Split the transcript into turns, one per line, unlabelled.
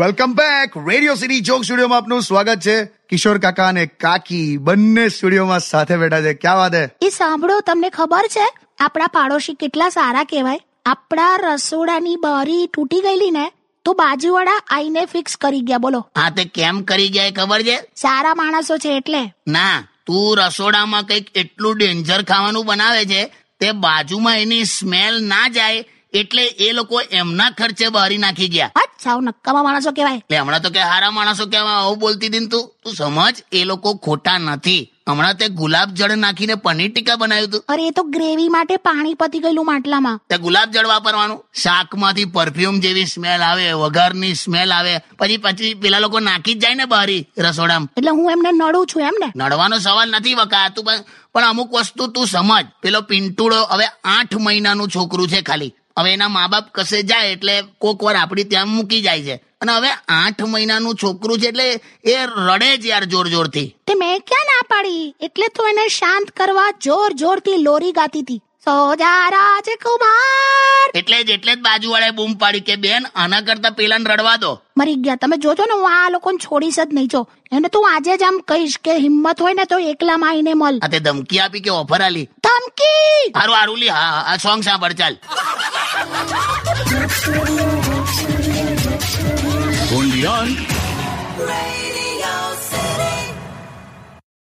welcome back Radio City joke સ્ટુડિયોમાં આપનું સ્વાગત છે કિશોર કાકા અને કાકી બંને સ્ટુડિયોમાં સાથે બેઠા છે ક્યાં વાત હે
એ સાંભળો તમને ખબર છે આપણા પાડોશી કેટલા સારા કહેવાય આપણા રસોડાની બારી તૂટી ગયેલી ને તો બાજુવાળા આઈને ફિક્સ કરી ગયા બોલો
હા તે કેમ કરી ગયા એ ખબર છે
સારા માણસો છે એટલે
ના તું રસોડામાં કંઈક એટલું ડેન્જર ખાવાનું બનાવે છે તે બાજુમાં એની સ્મેલ ના જાય એટલે એ લોકો એમના ખર્ચે બહારી નાખી ગયા
હટ સાવ નક્કામાં માણસો કહેવાય
એટલે હમણાં તો કે હારા માણસો કેવા આવું બોલતી હતી ને તું તું સમજ એ લોકો ખોટા નથી હમણાં તે ગુલાબ જળ નાખીને પનીર ટીકા બનાવ્યું હતું
અરે એ તો ગ્રેવી માટે પાણી પતી ગયેલું માટલામાં
તે ગુલાબ જળ વાપરવાનું શાકમાંથી પરફ્યુમ જેવી સ્મેલ આવે વઘારની સ્મેલ આવે પછી પછી પેલા લોકો નાખી જ જાય ને બહારી રસોડામાં
એટલે હું એમને નડું છું એમ ને
નડવાનો સવાલ નથી વકા તું પણ પણ અમુક વસ્તુ તું સમજ પેલો પિન્ટુડો હવે આઠ મહિનાનું છોકરું છે ખાલી હવે એના મા બાપ કશે જાય એટલે કોક વાર આપણી ત્યાં મૂકી જાય છે અને હવે આઠ મહિનાનું છોકરું છે એટલે એ રડે જ યાર જોર જોરથી
તે મેં ક્યાં ના પાડી એટલે તો એને શાંત કરવા જોર જોરથી લોરી ગાતી હતી સોજા રાજકુમાર
એટલે જ એટલે જ બાજુવાળાએ બૂમ પાડી કે બેન આના કરતા પેલાને રડવા દો
મરી ગયા તમે જોજો ને હું આ લોકોને છોડીશ જ નહીં જો એને તો હું આજે જ આમ કહીશ કે હિંમત હોય ને તો એકલામાં આવીને મળ
આ તે ધમકી આપી કે ઓફર આલી
ધમકી
હારું હારું લી હા હા, આ સોંગ સાંભળ ચાલ
Only on